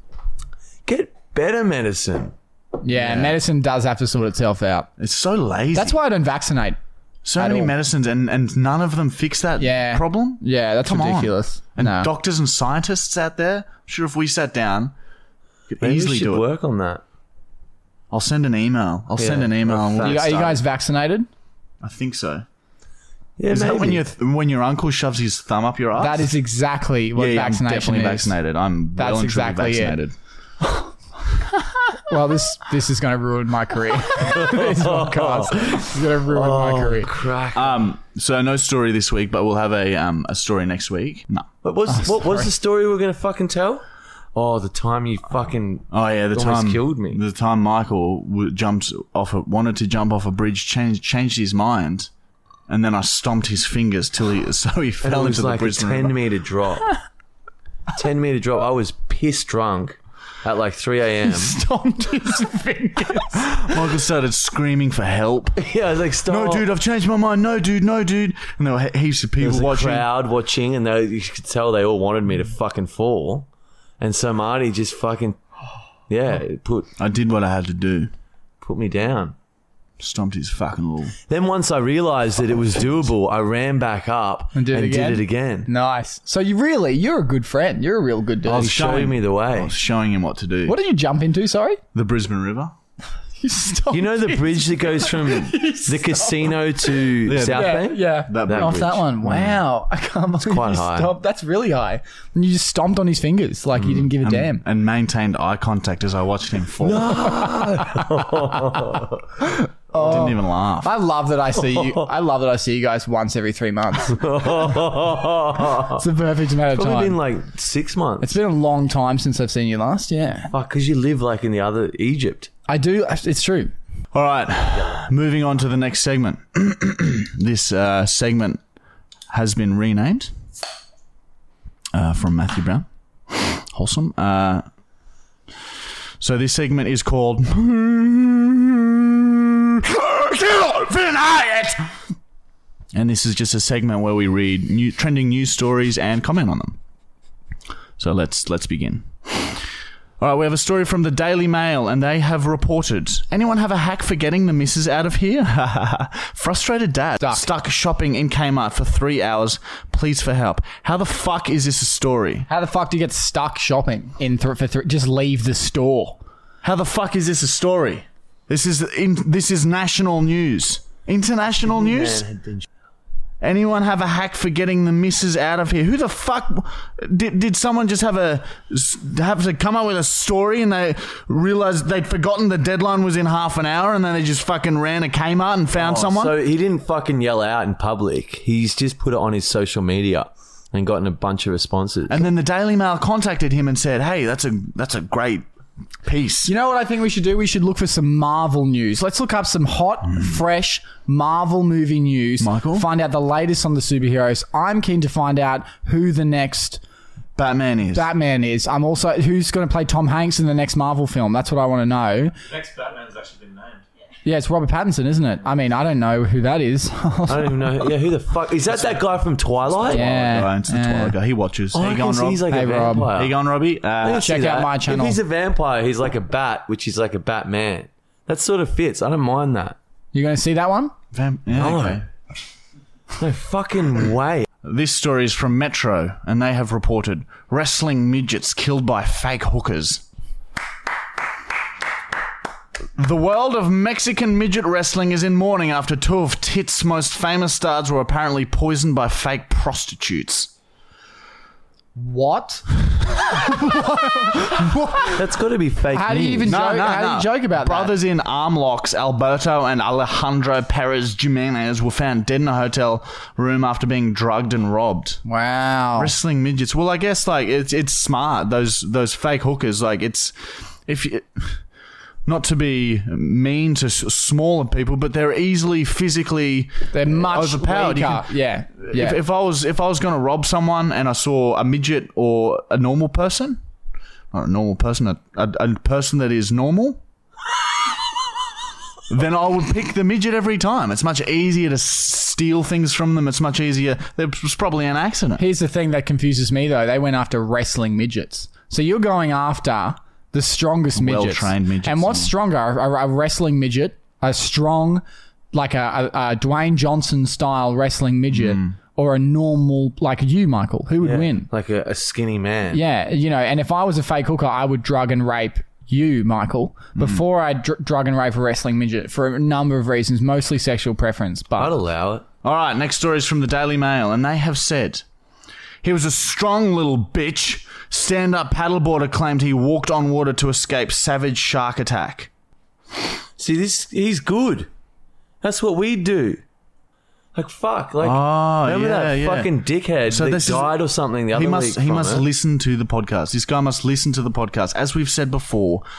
S3: Get better medicine.
S2: Yeah, medicine does have to sort itself out.
S1: It's so lazy.
S2: That's why I don't vaccinate.
S1: so many
S2: all.
S1: medicines, and, and none of them fix that
S2: Yeah.
S1: problem.
S2: Yeah, that's
S1: Come on.
S2: ridiculous.
S1: And
S2: no.
S1: doctors and scientists out there, I'm sure if we sat down, could
S3: Maybe
S1: easily
S3: we should
S1: do it.
S3: work on that.
S1: I'll send an email. I'll send an email. and we'll
S2: you,
S1: get
S2: are you
S1: started.
S2: guys vaccinated?
S1: I think so.
S3: Yeah,
S1: Is that when
S3: maybe.
S1: your th- when your uncle shoves his thumb up your ass?
S2: That is exactly what
S1: yeah, yeah, I'm
S2: vaccination
S1: definitely
S2: is.
S1: vaccinated. I'm
S2: That's
S1: well and truly
S2: exactly it.
S1: vaccinated.
S2: Well, this this is going to ruin my career. this podcast is going to ruin
S1: Oh.
S2: my career.
S3: crack.
S1: Um, so no story this week, but we'll have a um a story next week. No.
S3: What
S1: oh,
S3: was what was the story we are gonna fucking tell? Oh, the time you fucking
S1: Oh yeah, the
S3: almost
S1: time
S3: killed me.
S1: The time Michael w- jumped off, a, wanted to jump off a bridge, changed changed his mind, and then I stomped his fingers till he so he
S3: It
S1: fell
S3: was
S1: into
S3: like
S1: the
S3: a
S1: Brisbane.
S3: ten
S1: River.
S3: meter drop. ten meter drop. I was piss drunk at like three a.m.
S2: Stomped his fingers.
S1: Michael started screaming for help.
S3: yeah, I was like, stop.
S1: No,
S2: Oh.
S1: dude, I've changed my mind. No, dude, no, dude. And there were he- heaps of people
S3: There's a
S1: watching.
S3: crowd watching, and they, you could tell they all wanted me to fucking fall. And so Marty just fucking yeah it put
S1: I did what I had to do.
S3: put me down.
S1: Stomped his fucking wall.
S3: Then once I realized that it was doable, I ran back up
S2: And did it again?
S3: Did it again.
S2: Nice. So you really, you're a good friend. You're a real good dude.
S1: I was
S3: He's showing me the
S1: I
S3: way.
S1: was showing him what to do.
S2: what did you jump into? Sorry,
S1: The Brisbane River.
S2: you stomped.
S3: You know the bridge that goes from the casino to South
S2: yeah,
S3: Bank?
S2: yeah.
S1: That
S3: That
S1: bridge.
S2: off that one. Wow, I can't believe
S3: quite
S2: you
S3: high.
S2: stomped. That's really high. And you just stomped on his fingers like
S1: Mm.
S2: you didn't give a
S1: Um,
S2: damn.
S1: And maintained eye contact as I watched him fall. Didn't even laugh.
S2: I love that I see you. I love that I see you guys once every three months. it's the perfect amount of
S3: Probably
S2: time.
S3: been like six months.
S2: it's been a long time since I've seen you last. Yeah,
S3: Fuck, because you live like in the other Egypt.
S2: I do. It's true.
S1: All right, moving on to the next segment. this uh, segment has been renamed uh, from Matthew Brown. Wholesome. Uh, so this segment is called. And this is just a segment where we read new trending news stories and comment on them. So let's let's begin. All right, we have a story from the Daily Mail, and they have reported. Anyone have a hack for getting the missus out of here? Frustrated dad
S2: Stuck.
S1: shopping in Kmart for three hours. Please for help. How the fuck is this a story?
S2: How the fuck do you get stuck shopping in th- for three? Just leave the store.
S1: How the fuck is this a story? This is in, this is national news, international news. Anyone have a hack for getting the missus out of here? Who the fuck did, did someone just have a s- have to come up with a story and they realized they'd forgotten the deadline was in half an hour and then they just fucking ran a Kmart and found someone?
S3: Oh, So he didn't fucking yell out in public. He's just put it on his social media and gotten a bunch of responses.
S1: and then the Daily Mail contacted him and said, "Hey, that's a that's a great piece."
S2: You know what I think we should do? We should look for some Marvel news. Let's look up some hot, fresh Marvel movie news.
S1: Michael?
S2: Find out the latest on the superheroes. I'm keen to find out who the next
S1: Batman is.
S2: Batman is. I'm also who's going to play Tom Hanks in the next Marvel film. That's what I want to know.
S4: Next Batman's actually been named.
S2: Yeah, it's Robert Pattinson, isn't it? I mean, I don't know who that is.
S3: I don't even know. Yeah, who the fuck is that? That guy from Twilight?
S2: yeah.
S1: Right, it's the
S2: yeah.
S1: Twilight guy. He watches.
S3: Oh,
S1: How
S3: I
S1: you
S3: can
S1: going,
S3: see
S1: Rob?
S3: he's like
S2: Hey,
S3: a
S2: Rob.
S3: vampire.
S1: How you going, Robbie?
S3: I
S1: Uh,
S3: can see
S2: Check out
S3: that.
S2: my channel.
S3: If he's a vampire, he's like a bat, which is like a Batman. That sort of fits. I don't mind that.
S2: You're going to see that one?
S1: Vam- yeah,
S2: Oh.
S3: No.
S1: okay.
S3: No fucking way.
S1: This story is from Metro, and they have reported wrestling midgets killed by fake hookers. The world of Mexican midget wrestling is in mourning after two of TIT's most famous stars were apparently poisoned by fake prostitutes.
S2: What?
S3: That's got to be fake.
S2: How do you
S3: news.
S2: even joke? how do you joke about that?
S1: Brothers in arm locks, Alberto and Alejandro Perez Jimenez, were found dead in a hotel room after being drugged and robbed.
S2: Wow.
S1: wrestling midgets. Well, I guess like it's it's smart those those fake hookers. Like it's if you, not to be mean to s- smaller people, but they're easily physically
S2: They're much
S1: overpowered. You
S2: weaker.
S1: can-
S2: yeah. Yeah.
S1: If, if I was if I was going to rob someone and I saw a midget or a normal person, not a normal person, a, a, a person that is normal. Then I would pick the midget every time. It's much easier to s- steal things from them. It's much easier. There was probably an accident.
S2: Here's the thing that confuses me though. They went after wrestling midgets. So you're going after the strongest midgets.
S1: Well-trained midgets,
S2: And what's
S1: yeah.
S2: stronger, a, a wrestling midget, a strong, like a, a, a Dwayne Johnson style wrestling midget,
S1: Hmm.
S2: or a normal, like you, Michael? Who would win?
S3: Like a, a skinny man.
S2: Yeah, you know, and if I was a fake hooker, I would drug and rape you, Michael,
S1: Hmm.
S2: before I dr- drug and rape a wrestling midget for a number of reasons, mostly sexual preference.
S3: I'd
S2: But
S3: allow it.
S1: All right, next story is from the Daily Mail, and they have said he was a strong little bitch. Stand up paddleboarder claimed he walked on water to escape savage shark attack.
S3: See, this he's good. That's what we do. Like fuck. Like
S1: Oh,
S3: remember
S1: yeah,
S3: that
S1: yeah.
S3: fucking dickhead
S1: So
S3: that
S1: this is-
S3: died or something. The other
S1: he must
S3: week
S1: he
S3: from
S1: must
S3: it?
S1: listen to the podcast. This guy must listen to the podcast. As we've said before,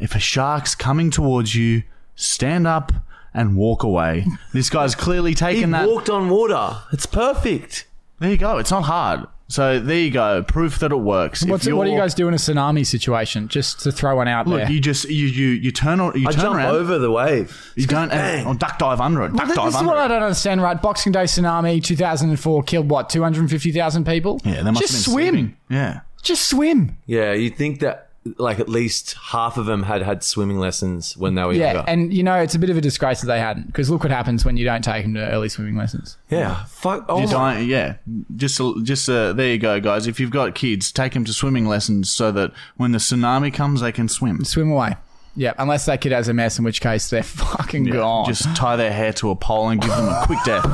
S1: if a shark's coming towards you, stand up and walk away. This guy's clearly
S3: He
S1: taken that.
S3: walked on water. It's perfect.
S1: there you go. It's not hard. So there you go. Proof that it works. If
S2: what's, what do you
S1: you're-
S2: guys do in a tsunami situation? Just to throw one out
S1: Look,
S2: there.
S1: you just you you you turn or you
S3: I
S1: turn
S3: jump
S1: around.
S3: over the wave.
S1: You don't
S3: bang.
S1: or duck dive under it. Duck
S2: Th-
S1: dive
S2: this is
S1: under
S2: what I
S1: it.
S2: don't understand, right? Boxing Day tsunami, 2004, killed what, 250,000 people?
S1: Yeah, they must
S2: Just
S1: have been
S2: swim.
S1: sleeping. Yeah.
S2: Just swim.
S3: Yeah, you'd think that like at least half of them had had swimming lessons when they were
S2: Yeah,
S3: younger.
S2: and you know, it's a bit of a disgrace that they hadn't because look what happens when you don't take them to early swimming lessons.
S3: yeah, fuck. Oh
S1: You
S3: my-
S1: don't- yeah. Just just uh, there you go, guys. If you've got kids, take them to swimming lessons so that when the tsunami comes, they can swim.
S2: Swim away. Yeah, unless that kid has a mess, in which case they're fucking gone.
S1: Just tie their hair to a pole and give them a quick death.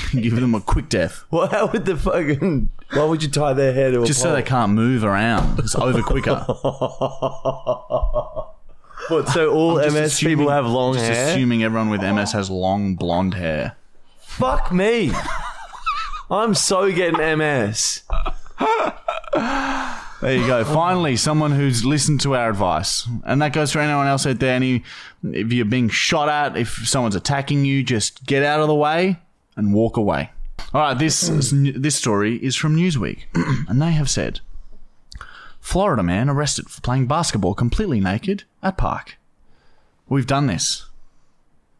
S1: give them a quick death,
S3: Well, how would the fucking? Why would you tie their hair to a
S1: just so they can't move around. It's over quicker.
S3: What, so all
S1: Just
S3: MS people
S1: assuming-
S3: have long
S1: just
S3: hair?
S1: Assuming everyone with MS has long blonde hair.
S3: Fuck me. I'm so getting MS.
S1: There you go. Finally, someone who's listened to our advice. And that goes for anyone else out there. Any, if you're being shot at, if someone's attacking you, just get out of the way and walk away. All right, this, this story is from Newsweek. and they have said Florida man arrested for playing basketball completely naked at park. We've done this.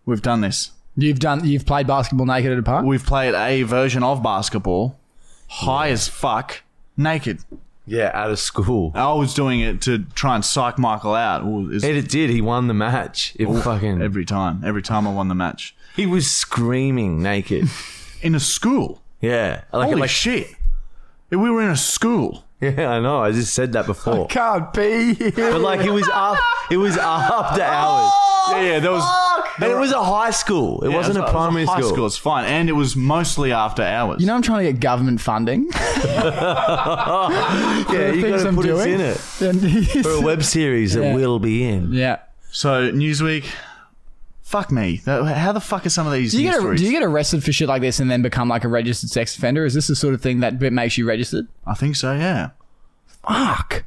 S1: We've done this.
S2: you've done, you've played basketball naked at a park.
S1: We've played a version of basketball, high as fuck, naked.
S3: Yeah, out of school.
S1: I was doing it to try and psych Michael out. Ooh, is-
S3: And it did. He won the match. It fucking.
S1: every time, every time I won the match
S3: he was screaming naked.
S1: in a school.
S3: yeah, like
S1: Holy
S3: like.
S1: shit! We were in a school.
S3: Yeah, I know. I just said that before.
S2: Can't be. here.
S3: But like, it was up. It was after hours.
S1: Yeah, yeah, there was.
S3: And it was a high school. It
S1: yeah,
S3: wasn't
S1: it was
S3: a primary
S1: high
S3: school.
S1: school. It's fine, and it was mostly after hours.
S2: You know, I'm trying to get government funding.
S3: Yeah, you
S2: things
S3: got to
S2: I'm
S3: put us
S2: doing.
S3: in it for a
S2: And-
S3: web series that
S2: Yeah.
S3: will be in.
S2: yeah.
S1: so Newsweek. Fuck me. That- How the fuck are some of these
S2: Do you,
S1: news
S2: get,
S1: stories?
S2: do you get arrested for shit like this and then become like a registered sex offender? Is this the sort of thing that bit makes you registered?
S1: I think so. Yeah.
S2: Fuck.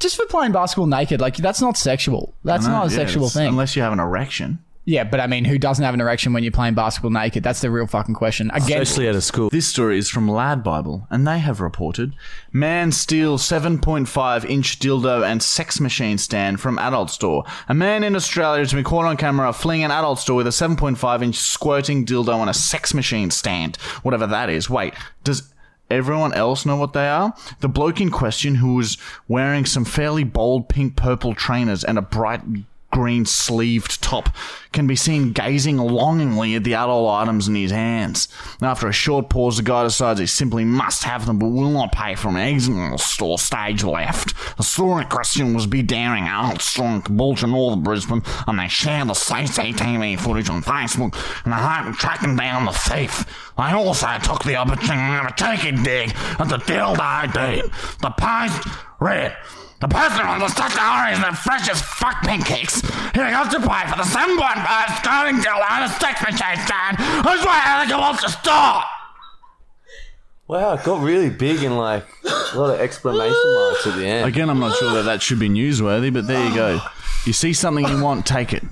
S2: Just for playing basketball naked, like that's not sexual. That's
S1: No,
S2: not a
S1: Uh, yeah,
S2: sexual
S1: it's-
S2: thing.
S1: Unless you have an erection.
S2: yeah, but I mean, who doesn't have an erection when you're playing basketball naked? That's the real fucking question. Again,
S3: Especially at a school.
S1: This story is from Lad Bible, and they have reported Man steals 7.5 inch dildo and sex machine stand from adult store. A man in Australia has been caught on camera fleeing an adult store with a 7.5 inch squirting dildo on a sex machine stand. Whatever that is. Wait, does everyone else know what they are? The bloke in question, who was wearing some fairly bold pink purple trainers and a bright green sleeved top, can be seen gazing longingly at the adult items in his hands. And after a short pause, the guy decides he simply must have them but will not pay for an exit in the store stage left. The store in question was Bedaring Adult Store in Caboolture, Northern Brisbane, and they share the CCTV footage on Facebook in the hope of tracking down the thief. They also took the opportunity to take a dig at the dildo dude. The post read, the person on the such is the fresh as fuck pancakes. He got to pay for the 7.5 scoring dildo on a sex machine stand. Who's way out of the Caboolture store?
S3: Wow, it got really big and like a lot of exclamation marks at the end.
S1: Again, I'm not sure that that should be newsworthy, but there you go. You see something you want, take it.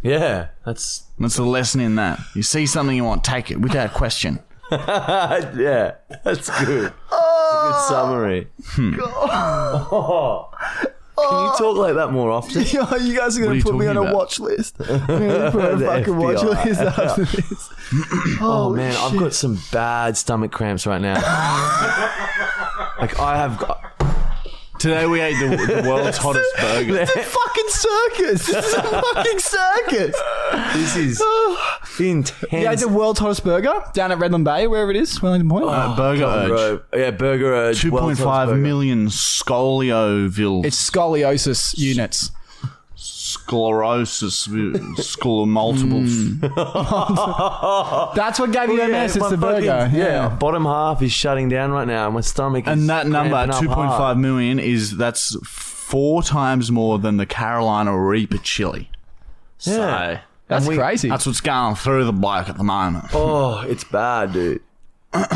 S3: Yeah, that's
S1: That's the lesson in that. You see something you want, take it without question.
S3: yeah, that's good. It's a good summary. Hmm. Can you talk like that more often?
S2: Yo, you guys are
S1: What are
S2: going
S1: you
S2: to put me on
S1: talking
S2: a
S1: about?
S2: watch list. I'm going to put a
S3: The
S2: fucking watch
S3: FBI.
S2: list after this.
S3: Oh man, I've got some bad stomach cramps right now. like I have got.
S1: Today we ate the, the world's hottest burger.
S2: fucking circus. This is a fucking circus.
S3: this is intense.
S2: Yeah, it's a world's hottest burger down at Redland Bay, wherever it is, Wellington Point.
S3: Oh,
S1: Uh, burger urge.
S3: Bro, yeah, burger urge.
S1: Two point five million scolioville.
S2: it's scoliosis units.
S1: sclerosis. School multiples.
S2: Hmm. That's what gave you
S1: Oh,
S2: MS. Oh, It's the burger.
S3: yeah, bottom half is shutting down right now. My stomach is
S1: And that number,
S3: cramping up
S1: two point
S3: hard.
S1: five million, is that's four times more than the Carolina Reaper chili.
S3: Yeah.
S1: So
S2: That's
S3: And we-
S2: crazy.
S1: that's what's going through the bloke at the moment.
S3: Oh, it's bad, dude.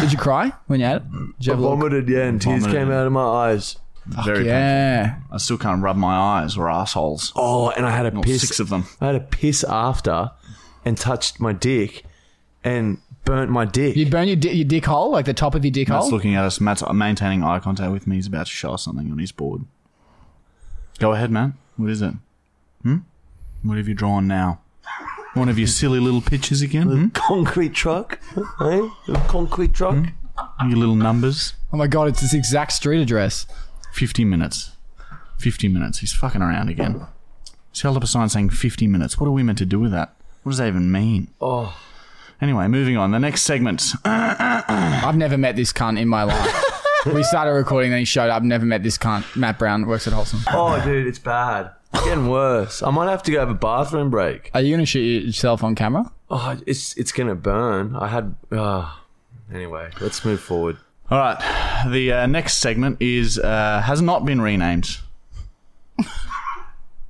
S2: Did you cry when you had it? Did you
S3: I
S2: have a little-
S3: vomited, yeah, and tears
S1: Vomited.
S3: came out of my eyes.
S1: Very
S2: Yeah.
S1: painful. I still can't rub my eyes or assholes.
S3: Oh, and I had a piss.
S1: Six of them.
S3: I had a piss after, and touched my dick, and burnt my dick.
S2: You burn your, di- your dick hole, like the top of your dick
S1: Matt's
S2: hole?
S1: looking at us. Matt's maintaining eye contact with me. He's about to show us something on his board. Go ahead, Matt. What is it? Hmm? What have you drawn now? One of your silly little pictures again? Hmm?
S3: concrete truck, eh? A concrete truck.
S1: Hmm? Your little numbers?
S2: Oh my god, it's this exact street address.
S1: 50 minutes. 50 minutes. He's fucking around again. He's held up a sign saying 50 minutes. What are we meant to do with that? What does that even mean?
S3: Oh,
S1: Anyway, moving on. The next segment.
S2: I've never met this cunt in my life. we started recording, then he showed up. Never met this cunt. Matt Brown works at Wholesome.
S3: oh, dude, it's bad. It's getting worse. I might have to go have a bathroom break.
S2: Are you going to shoot yourself on camera?
S3: Oh, it's it's gonna burn. I had. Uh, anyway, let's move forward.
S1: All right. The uh, next segment is uh, has not been renamed.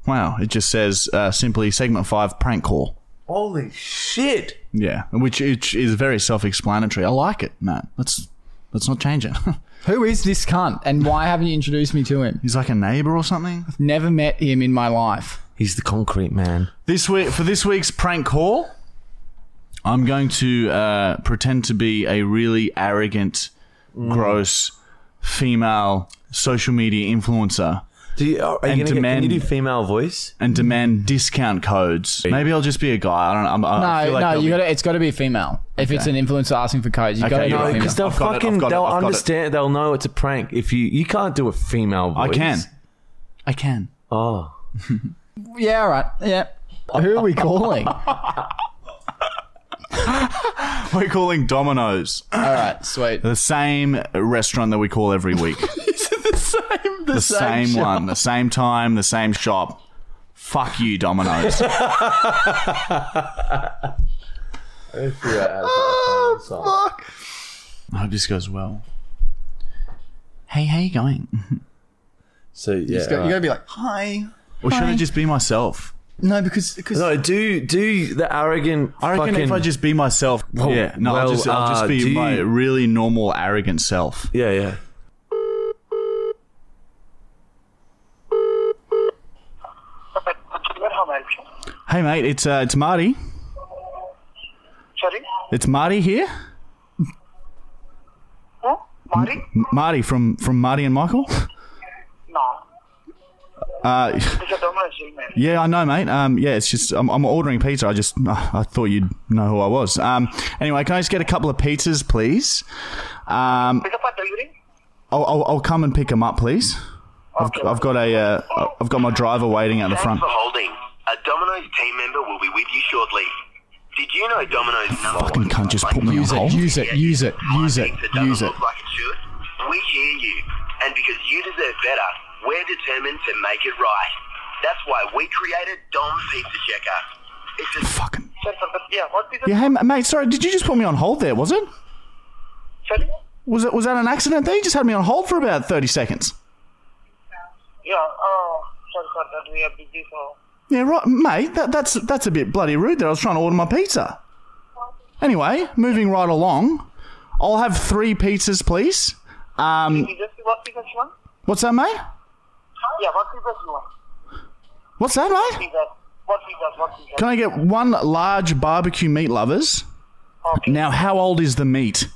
S1: wow. It just says uh, simply segment five prank call.
S3: Holy shit!
S1: Yeah, which which is very self-explanatory. I like it, Matt. Let's let's not change it.
S2: Who is this cunt? And why haven't you introduced me to him?
S1: He's like a neighbor or something.
S2: Never met him in my life.
S3: He's the concrete man.
S1: This week for this week's prank call, I'm going to uh, pretend to be a really arrogant, gross female social media influencer
S3: Do you, are you
S1: And
S3: gonna get, can you
S1: demand-
S3: do female voice?
S1: and demand discount codes. Maybe I'll just be a guy. I don't. know. I'm, I I
S2: No,
S1: feel like
S2: no,
S1: there'll
S2: you
S1: be-
S2: got to. It's got to be a female. If it's an influencer asking for codes, you have got to
S1: Okay,
S2: be
S1: no,
S2: a female.
S3: Because they'll
S1: I've got it, I've
S3: fucking,
S1: got it,
S3: they'll
S1: I've got it.
S3: understand. They'll know it's a prank. If you you can't do a female voice,
S1: I can. I can.
S3: Oh,
S2: Yeah, all right. Yeah. Who are we calling? all
S1: We're calling Domino's,
S2: right, sweet.
S1: the same restaurant that we call every week.
S2: the same. The,
S1: the same,
S2: shop.
S1: one, the same time, the same shop. Fuck you, Domino's. Oh,
S2: Fuck.
S1: I hope this goes well. Hey, how you going?
S3: so yeah.
S2: You got,
S3: alright.
S2: to be like, hi.
S1: Or should I
S2: Hi.
S1: just be myself?
S2: No, because because
S3: No, do do the arrogant.
S1: I reckon
S3: fucking,
S1: if I just be myself, yeah, no, I'll
S3: well,
S1: just, I'll just
S3: uh,
S1: be
S3: do
S1: my
S3: you-
S1: really normal, arrogant self.
S3: yeah yeah.
S5: Sir, how may I help you?
S1: Hey, mate, it's uh, it's Marty.
S5: Sorry?
S1: It's Marty here.
S5: Who? Mari?
S1: M- Marty from from Marty and Michael.
S5: No.
S1: Uh,
S5: This is a Domino's email.
S1: yeah, I know, mate. Um, yeah, it's just I'm, I'm ordering pizza. I just uh, I thought you'd know who I was. Um, anyway, can I just get a couple of pizzas, please? Um,
S5: Pick up a delivery?
S1: I'll, I'll, I'll come and pick him up, please. I've,
S5: Okay.
S1: I've got a, uh, I've got my driver waiting at the front.
S6: Thanks for holding. A Domino's team member will be with you shortly. Did you know Domino's number
S1: Fucking
S6: one
S1: cunt just put me
S2: use
S1: on
S2: it,
S1: hold.
S2: use it, use it, use it,
S6: pizza doesn't
S2: use it.
S6: look like it should? We hear you, and because you deserve better, we're determined to make it right. That's why we created Dom's Pizza Checker. It's a
S1: Fucking.
S5: Sir, for the, yeah, what is it?
S1: Yeah, hey, ma- mate. Sorry, did you just put me on hold there? Was it?
S5: Sorry?
S1: Was it? Was that an accident? They just had me on hold for about thirty seconds.
S5: Yeah, oh, sorry for that. We are busy, so.
S1: Yeah, right, mate. That, that's that's a bit bloody rude. There, I was trying to order my pizza. Anyway, moving right along. I'll have three pizzas, please. Um,
S5: You just, what pizzas you want?
S1: what's that, mate?
S5: Yeah, what pizzas you want?
S1: What's that, mate?
S5: Pizzas. What pizzas? What pizzas?
S1: Can I get one large barbecue meat lovers?
S5: Okay.
S1: Now, how old is the meat?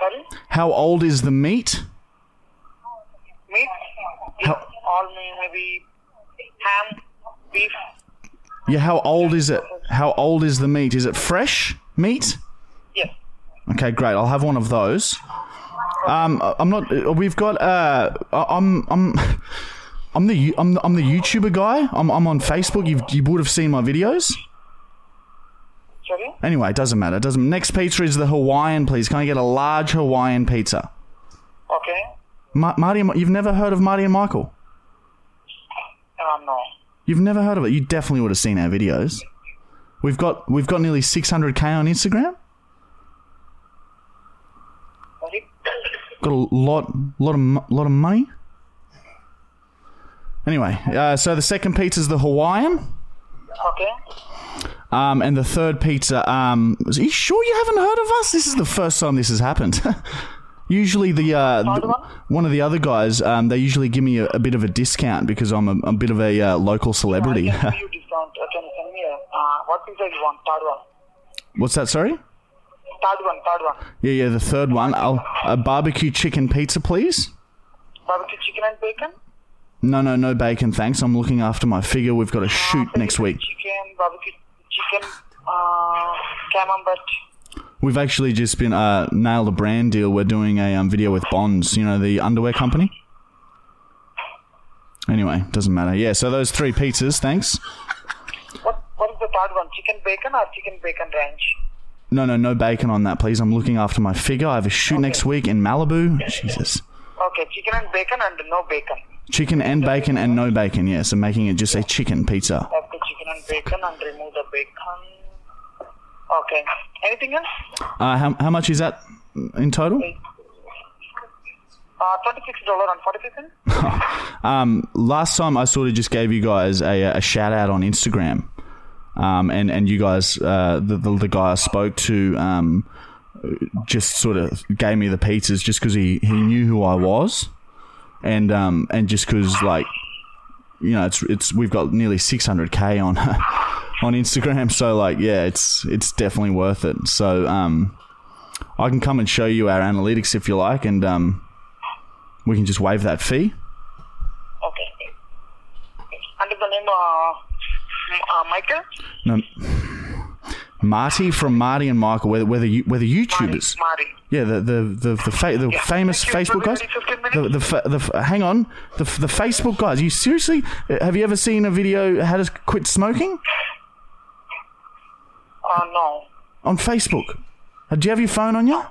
S5: Sorry?
S1: How old is the meat?
S5: Meat? Yeah, all may maybe ham, beef.
S1: Yeah, how old is it? How old is the meat? Is it fresh meat?
S5: Yes.
S1: Okay, great. I'll have one of those. Um, I- I'm not. uh, We've got. Uh, I- I'm. I'm. I'm the. you- I'm the, I'm the YouTuber guy. I'm. I'm on Facebook. You. You would have seen my videos.
S5: Sorry?
S1: Anyway, it doesn't matter. It doesn't. Next pizza is the Hawaiian, please. Can I get a large Hawaiian pizza?
S5: Okay.
S1: Ma- Marty, and, you've never heard of Marty and Michael.
S5: Um, no.
S1: You've never heard of it. You definitely would have seen our videos. We've got. We've got nearly 600k on Instagram.
S5: Sorry?
S1: got a lot, lot of, mo- lot of money. Anyway, uh, so the second pizza's the Hawaiian,
S5: Okay.
S1: um, and the third pizza. Um, are you sure you haven't heard of us? This is the first time this has happened. usually, the, uh, th-
S5: one?
S1: one of the other guys, um, they usually give me a, a bit of a discount because I'm a, a bit of a uh, local celebrity.
S5: I can give you discount. Uh, can you send me a, uh, what pizza you want? Third one.
S1: What's that? Sorry.
S5: Third one, third one.
S1: Yeah, yeah. The third one, I'll, a barbecue chicken pizza, please.
S5: Barbecue chicken and bacon?
S1: No, no, no bacon, thanks. I'm looking after my figure. We've got a shoot next week.
S5: Chicken, barbecue chicken, uh, camembert.
S1: We've actually just been uh, nailed a brand deal. We're doing a um, video with Bonds, you know, the underwear company. Anyway, doesn't matter. Yeah, so those three pizzas, thanks.
S5: What, what is the third one? Chicken bacon or chicken bacon ranch?
S1: No, no, no bacon on that, please. I'm looking after my figure. I have a shoot next week in Malibu. Jesus.
S5: Okay, chicken and bacon and no bacon.
S1: Chicken and bacon and no bacon, yeah. So making it just a chicken pizza.
S5: Have the chicken and bacon and remove the bacon. Okay. Anything else?
S1: Uh, how, how much is that in total?
S5: Uh, twenty-six dollar and forty-six cents.
S1: Um, last time I sort of just gave you guys a, a shout out on Instagram, um, and and you guys, uh, the, the the guy I spoke to, um, just sort of gave me the pizzas just because he he knew who I was, and um and just because like, you know, it's it's we've got nearly six hundred k on. On Instagram, so like, yeah, it's it's definitely worth it. So, um, I can come and show you our analytics if you like, and um, we can just waive that fee.
S5: Okay. Under the name uh, M- uh Michael.
S1: No, Marty from Marty and Michael. Whether whether you whether YouTubers,
S5: Mari.
S1: yeah, the the the the, fa- the famous
S5: Thank you.
S1: Facebook guys.
S5: Probably 15 minutes.
S1: The the, fa- the f- hang on the f- the Facebook guys. You seriously uh, have you ever seen a video how to quit smoking
S5: Uh, no.
S1: on Facebook? Uh, Do you have your phone on you?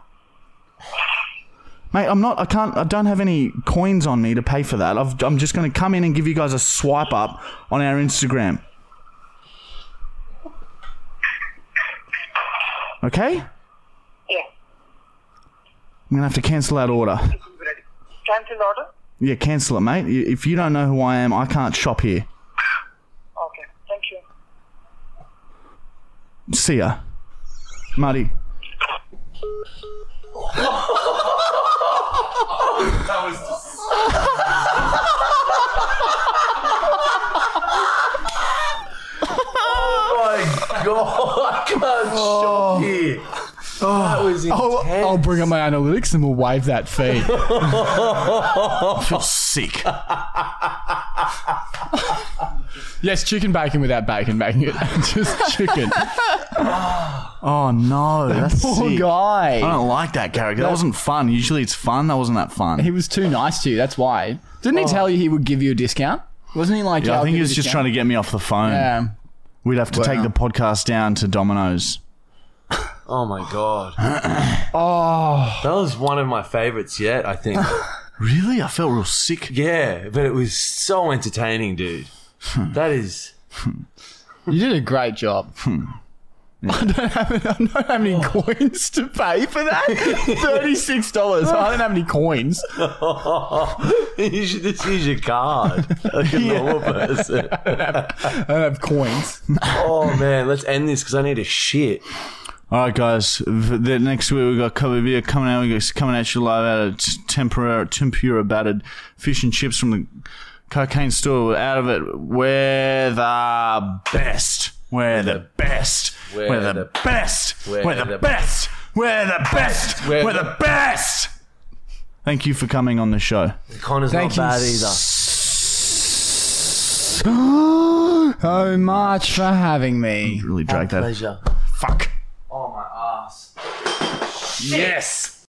S1: Mate, I'm not. I can't. I don't have any coins on me to pay for that. I've, I'm just going to come in and give you guys a swipe up on our Instagram. Okay.
S5: Yeah.
S1: I'm gonna have to cancel that order.
S5: Cancel order.
S1: Yeah, cancel it, mate. Y- If you don't know who I am, I can't shop here.
S5: Okay. Thank you.
S1: See ya, Marty.
S4: That was just.
S3: my god, I can't shop here. that was intense.
S2: I'll, I'll bring up my analytics and we'll waive that fee.
S1: I feel sick.
S2: yes, chicken bacon without bacon, making it just chicken.
S1: Oh no, that's
S2: Poor
S1: sick.
S2: guy.
S1: I don't like that character. That wasn't fun. Usually it's fun. That wasn't that fun.
S2: He was too nice to you. That's why. Didn't he tell you he would give you a discount? Wasn't he like?
S1: Oh. yeah, I think he was just trying to get me off the phone.
S2: Yeah.
S1: We'd have to take the podcast down to Domino's.
S3: Oh my god. oh.
S1: Oh.
S3: That was one of my favorites yet, I think.
S1: Really, I felt real sick.
S3: yeah, but it was so entertaining, dude. That is.
S2: You did a great job.
S1: Hmm.
S2: I, don't have, I don't have
S1: Oh.
S2: any coins to pay for that. Thirty-six dollars. I don't have any coins.
S3: oh, you should just use your card like a normal person.
S2: I don't have coins.
S3: Oh man, let's end this because I need a shit.
S1: All right, guys. v- The next week we've got cover beer coming out. We're coming at you live out of t- tempura, tempura battered fish and chips from the cocaine store. We're out of it. We're the best. We're the best.
S3: We're
S1: We're the
S3: the-
S1: best.
S3: we're
S1: We're the
S3: the-
S1: best. We're the best.
S3: We're
S1: We're
S3: the-
S1: the best. Thank you for coming on the show.
S3: Connor's
S2: Thank
S3: not bad
S2: you
S3: either.
S2: so much for having me.
S1: Really drag that.
S3: Oh, Pleasure.
S1: Fuck.
S3: Oh my ass.
S1: Yes.